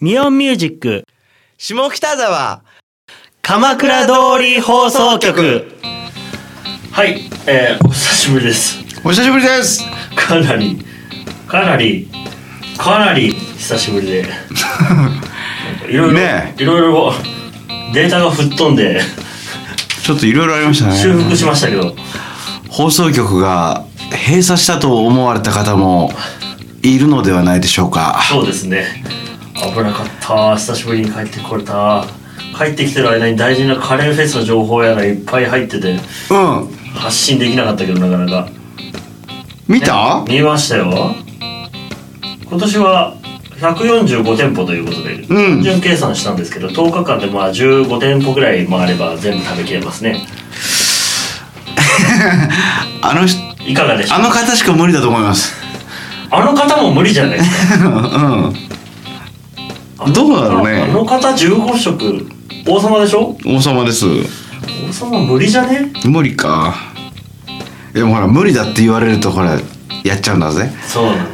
ミオンミュージック下北沢鎌倉通り放送局はい、えー、お久しぶりですお久しぶりですかなりかなりかなり久しぶり でいろいろ、ねいろいろデータが吹っ飛んでちょっといろいろありました修ね復しましたけど放送局が閉鎖したと思われた方もいるのではないでしょうかそうですね危なかった久しぶりに帰ってこれた帰ってきてる間に大事なカレーフェスの情報やらいっぱい入っててうん発信できなかったけどなかなか見た見ましたよ今年は145店舗ということで、うん順計算したんですけど10日間でまあ15店舗ぐらい回れば全部食べきれますねあの人いかがでしょうあの方しか無理だと思います あの方も無理じゃないですかうん どうだろうねあの方15食王様でしょ王様です王様無理じゃね無理かでもほら無理だって言われるとほらやっちゃうんだぜそうなんだよな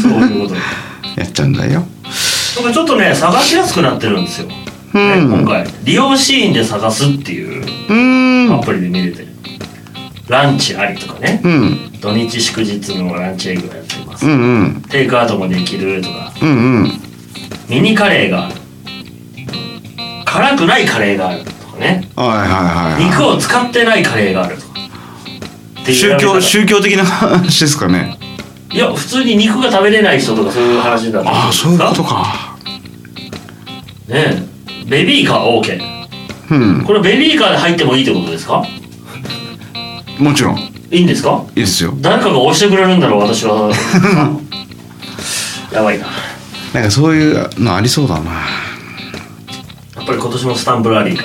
そういうことやっちゃうんだよなんかちょっとね探しやすくなってるんですよ、ねうん今回利用シーンで探すっていううーアんプリで見れてる、ランチありとかねうん土日祝日のランチ営業やってます、うんうんテイクアウトもできるとかうんうんミニカレーがある辛くないカレーがあるとかねはいはいはい肉を使ってないカレーがあるとかっていう宗選び教方宗教的な話ですかねいや普通に肉が食べれない人とかそういう話だったああそういうことねかえベビーカー OK うんこれベビーカーで入ってもいいってことですかもちろんいいいんですかいですよ誰かが押してくれるんだろう私 はやばいななんかそういうのありそうだなやっぱり今年もスタンプラリーか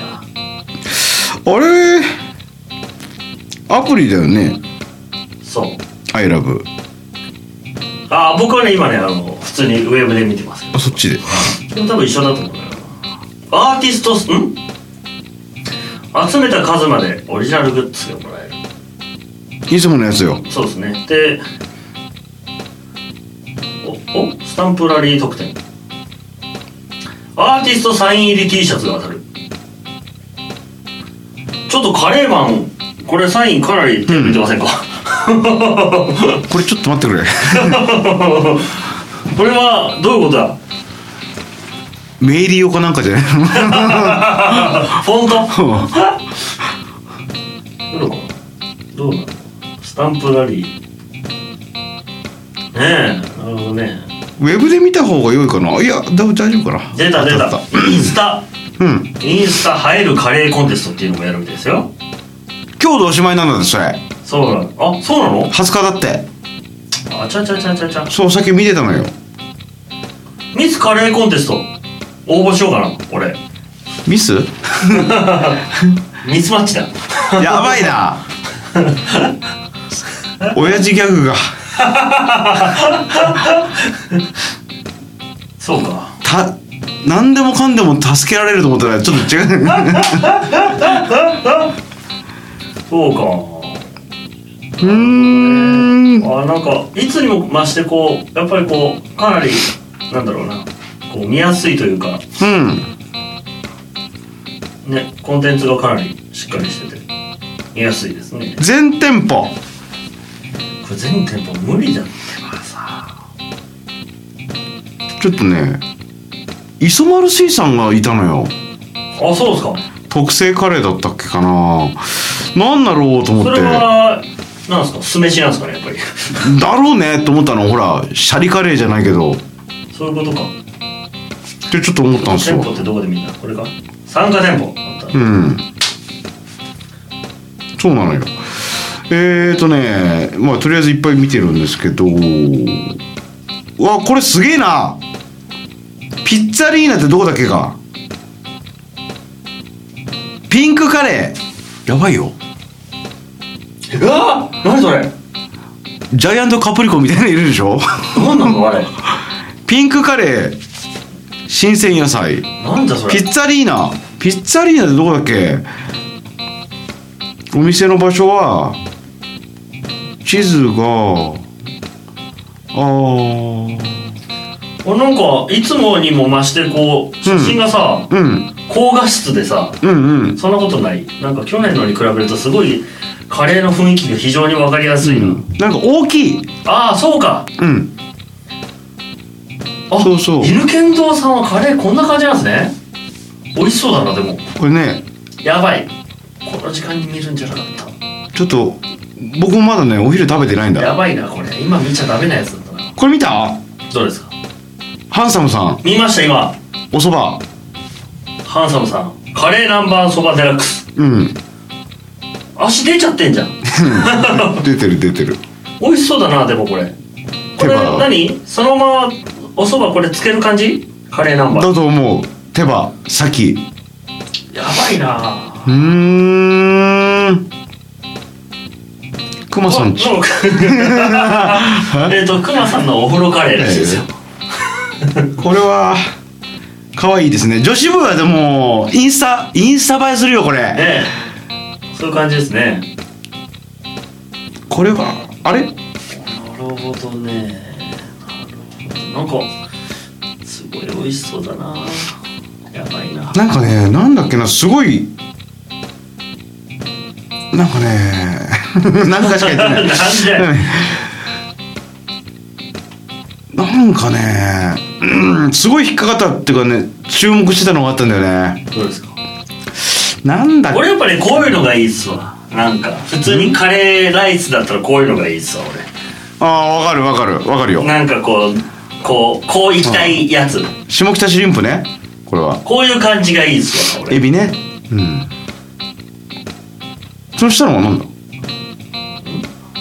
あれアプリだよねそう「ILOVE あ僕はね今ねあの普通にウェブで見てます」あそっちでけどでも多分一緒だと思うなアーティストすん集めた数までオリジナルグッズがもらえるいつものやつよそうですねでおおスタンプラリー特典アーティストサイン入り T シャツが当たるちょっとカレーマンこれサインかなり手入れてませんか、 これちょっと待ってくれ これはどういうことだメイリオかなんかじゃない の フォントどうなのどうなのスタンプラリーねえなるほどねウェブで見た方が良いかないやだ大丈夫かな出た出た当っインスタうんインスタ映えるカレーコンテストっていうのもやるみたいですよ今日でおしまいなんだってそれそうなのあそうなの20日だってあちゃちゃちゃちゃちゃそうさっき見てたのよミスカレーコンテスト応募しようかな俺 ミスミスマッチだやば いな親父ギャグがそうかた何でもかんでも助けられると思ったらちょっと違うそうかうーんあなんかいつにも増してこうやっぱりこうかなりなんだろうなこう見やすいというかうんねコンテンツがかなりしっかりしてて見やすいですね全店舗これ全店舗無理だってばさちょっとね磯丸水産がいたのよあそうですか特製カレーだったっけかななんだろうと思そっれてだはなんですか酢飯なんですかねやっぱり ろうねと思ったのほらシャリカレーじゃないけどっそういうことかてちょっと思ったんです店よ舗ってどこで見たこれか参加店舗あったうんそうなのよえーとねまあとりあえずいっぱい見てるんですけどうわこれすげえなピッツァリーナってどこだっけかピンクカレーやばいようわー何それジャイアントカプリコみたいなのいるでしょ何なのあれ ピンクカレー新鮮野菜なんだそピれッツァリーナピッツァリーナってどこだっけお店の場所は地図があーあなんかいつもにも増してこう写真がさ、うん高画質でさうんうんそんなことないなんか去年のに比べるとすごいカレーの雰囲気が非常に分かりやすいな、なんか大きいああそうかうんあそうそう犬犬堂さんはカレーこんな感じなんですね美味しそうだなでもこれねやばいこの時間に見るんじゃなかったちょっと僕もまだねお昼食べてないんやだばいなこれ今見ちゃダメなやつだったなこれ見たどうですかハンサムさん見ました今おそばハンサムさんカレー南蛮そばデラックスうん足出ちゃってんじゃん出てる出てる美味しそうだなでもこれこ手れ羽何そのままおそばこれつける感じカレー南蛮だと思う手羽先やばいなうーんくまさあ んちもうえっとクマさんのお風呂カレーらしいですよ これは可愛いですね女子部はでもインスタインスタ映えするよこれねえそういう感じですねこれはあれなるほどねなるほどなんかすごい美味しそうだなやばいななんかねなんだっけなすごいなんかね なんかしか言ってないなんでうんなんかね、うん、すごい引っかかったっていうかね注目してたのがあったんだよねどうですかなんだっけ俺やっぱりこういうのがいいっすわなんか普通にカレーライスだったらこういうのがいいっすわああわかるわかるわかるよ俺なんかこうこうこういきたいやつ下北シリンプねこれはこういう感じがいいっすわ俺エビねうんその下のは何だ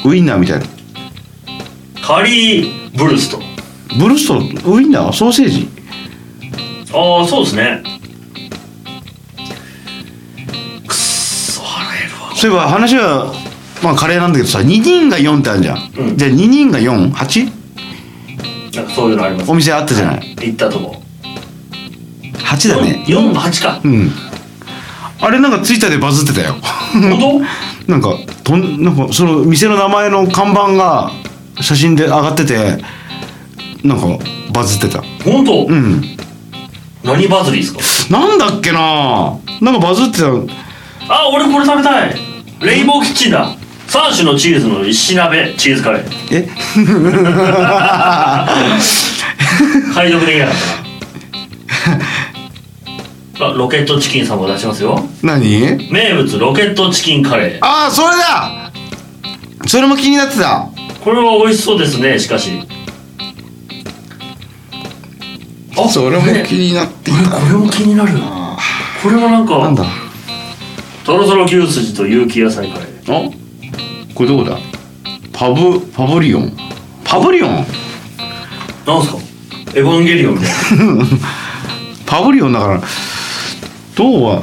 ウインナーみたいなカリーブルストブルストウインナーソーセージああそうですねくっそ腹減るわそういえば話はまあカレーなんだけどさ2人が4ってあるじゃん、うんじゃあ2人が 48? なんかそういうのありますお店あったじゃない行ったとこ8だね4の8かうんあれなんかツイッターでバズってたよ 本なんかとんなんかその店の名前の看板が写真で上がっててなんかバズってた当本当、うん何バズりですかなんだっけななんかバズってたあ俺これ食べたいレインボーキッチンだ3種のチーズの石鍋チーズカレーえ 解読できなか ったなあロケットチキンさんも出しますよ何名物ロケットチキンカレーああそれだそれも気になってたこれは美味しそうですねしかしあねになってこれこれも気になるこれはなんかなんだとろとろ牛すじと有機野菜カレーあこれどこだパブパブリオンパブリオンなんすかエヴァンゲリオンみたいな パブリオンだからどうあは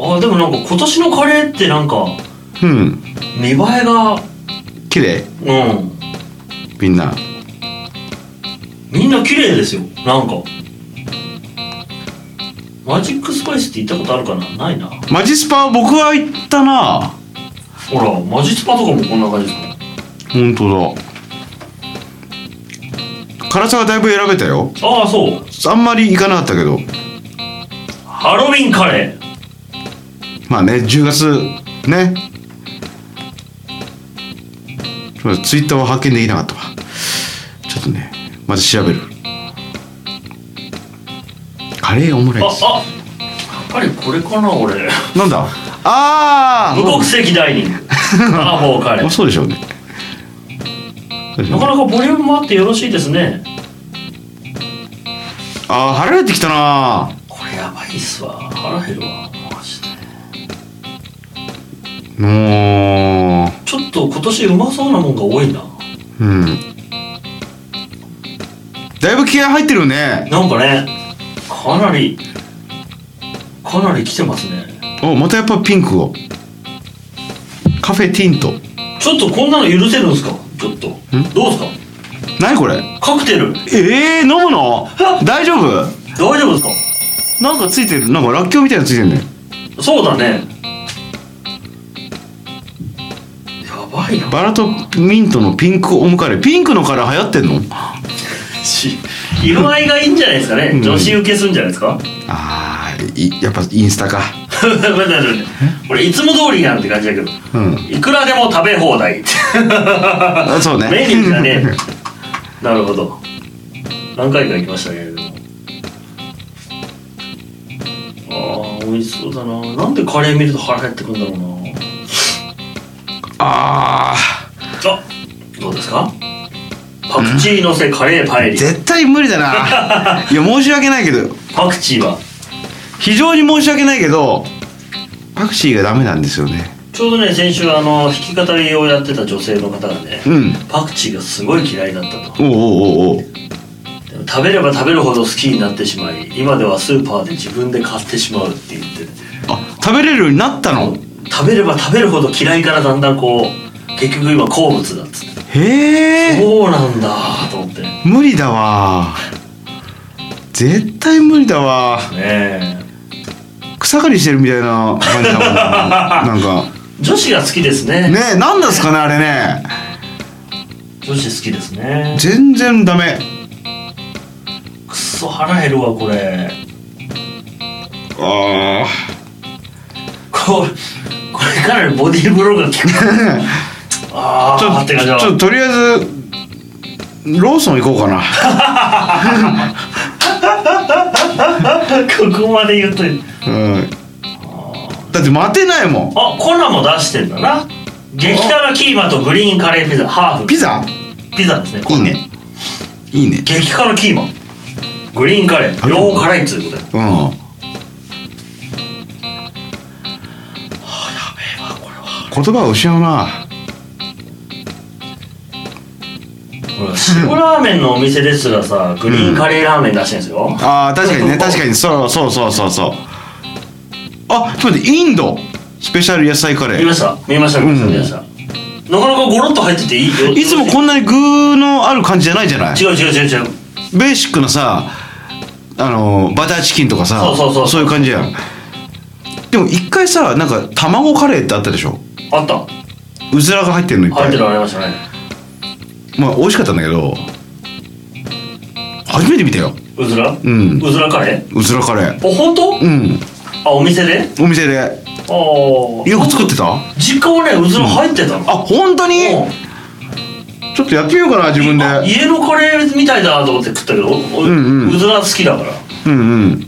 ーでもなんか今年のカレーってなんかうん見栄えが綺麗うんみんなみんな綺麗ですよなんかマジックスパイスって行ったことあるかなないなマジスパ僕は行ったなほらマジスパとかもこんな感じです本当だ辛さがだいぶ選べたよかああそうあんまり行かなかったけどハロウィンカレーまあね10月ねそうだツイッターは発見できなかったわちょっとねまず調べるカレーオムライあスあやっぱりこれかな俺なんだあ 無国ー籍ダイニングアーボーカレまあーそうでしょうねそうでしょなうねかなかボリュームもあってよろしいですねあー腹減ってきたなこれやばいっすわ腹減るわマジでもちょっと今年うまそうなもんが多いなううんだいぶ気合入ってるよねなんかねかなりかなり来てますねおまたやっぱピンクをカフェティントちょっとこんなの許せるんですかちょっとどうですか何これカクテルえー、飲むの大丈夫大丈夫ですなんかついてるなんからっきょうみたいなのついてるねかそうだねやばいな バラとミントのピンクオムカレーピンクのカレー流行ってんのし色合いがいいんじゃないですかね、女子受けすんじゃないです かああやっぱインスタかまだ大丈夫これいつも通りやんって感じだけど、うんいくらでも食べ放題あそうねメニューだねなるほど何回か行きましたねでもあー美味しそうだななんでカレー見ると腹減ってくんだろうな あああどうですかパクチーのせカレーパエリ絶対無理だな いや申し訳ないけどパクチーは非常に申し訳ないけどパクチーがダメなんですよねちょうどね先週あの弾き語りをやってた女性の方がね、うんパクチーがすごい嫌いだったとおうおうおうおうでも食べれば食べるほど好きになってしまい今ではスーパーで自分で買ってしまうって言ってねあ食べれるようになったの食べれば食べるほど嫌いからだんだんこう結局今好物だっつってへえそうなんだと思ってね無理だわ絶対無理だわえ草刈りしてるみたいな感じだもんななんか女子が好きですねねえ何なんですかねあれね女子好きですね全然ダメくっそ腹減るわこれあこれこれかなりボディーブローが効く ああちょあっって感じだとちょっととりあえずローソン行こうかな ここまで言うとうんだって待てないもんあコラも出してんだな激辛キーマとグリーンカレーピザハーフピザピザですねこいれいねいいね激辛キーマグリーンカレー両方辛いっつうことでうん言葉を失うなほら塩ラーメンのお店ですらさグリーンカレーラーメン出してんですよ、あー確かに ね確かにそうそうそうそうそうあちょっと待ってインドスペシャル野菜カレ見まーした見ました見ましたうん見ました、なかなかゴロッと入ってていいよいつもこんなに具のある感じじゃないじゃない違う違う違う違うベーシックなさあのバターチキンとかさそうそうそういう感じやんでも一回さなんか卵カレーってあったでしょあったうずらが入ってるのいっぱ入っているのありましたねまあ美味しかったんだけど初めて見たようずら、うんうずらカレーうずらカレーお本当、うんあお店でお店でああよく作ってたあ実家はねうずら入ってたの、あ本当にちょっとやってみようかな自分で家のカレーみたいだなと思って食ったけど、おんうんうずら好きだからうんうん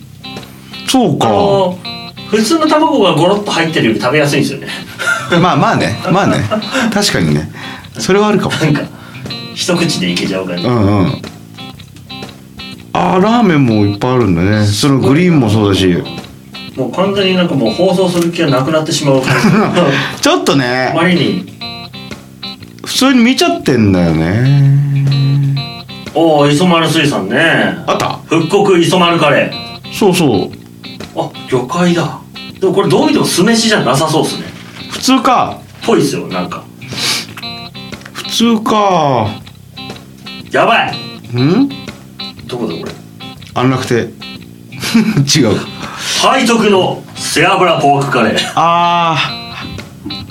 そうあかの普通の卵がゴロッと入ってるより食べやすいんですよねまあまあねまあね確かにねそれはあるかもなんか一口でいけちゃう感じ、うんうんあーラーメンもいっぱいあるんだねそのグリーンもそうだしもう完全になんかもう放送する気がなくなってしまう感じちょっと あねまりに普通に見ちゃってんだよねおお磯丸水産ねあった復刻磯丸カレーそうそうあ魚介だでもこれどう見ても酢飯じゃなさそうっすね普通かぽいっすよなんか普通かやばいうんどこだこれ安楽亭 違う背徳の背脂ポークカレーあ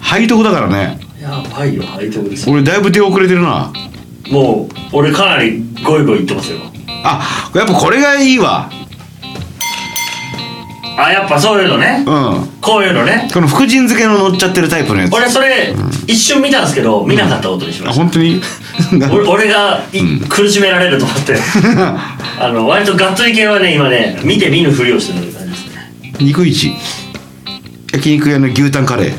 ー背徳だからねやばいよ背徳ですよ俺だいぶ出遅れてるなもう俺かなりゴイゴイいってますよあやっぱこれがいいわあやっぱそういうのねうんこういうのねこの福神漬けの乗っちゃってるタイプのやつ俺それ一瞬見たんですけど見なかったことにしまあした、本当に 俺俺がい、苦しめられると思ってあの割とガッツリ系はね今ね見て見ぬふりをしてる感じですね 肉一焼肉屋の牛タンカレー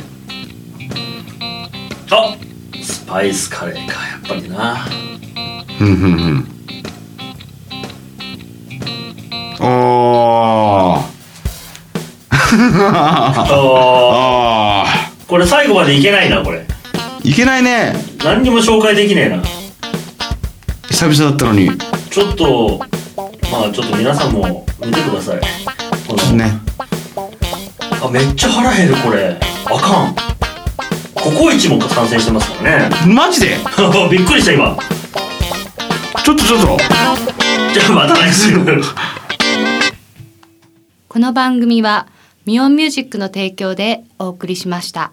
あスパイスカレーかやっぱりなうんうんうんあーああーこれ最後までいけないなこれーいけないね何にも紹介できねえな久々だったのにちょっとまあちょっと皆さんも見てくださいこのねあめっちゃ腹減るこれあかんココイチも参戦してますからね マジでびっくりした今ちょっとちょっとじゃあまた来週この番組はミオンミュージックの提供でお送りしました。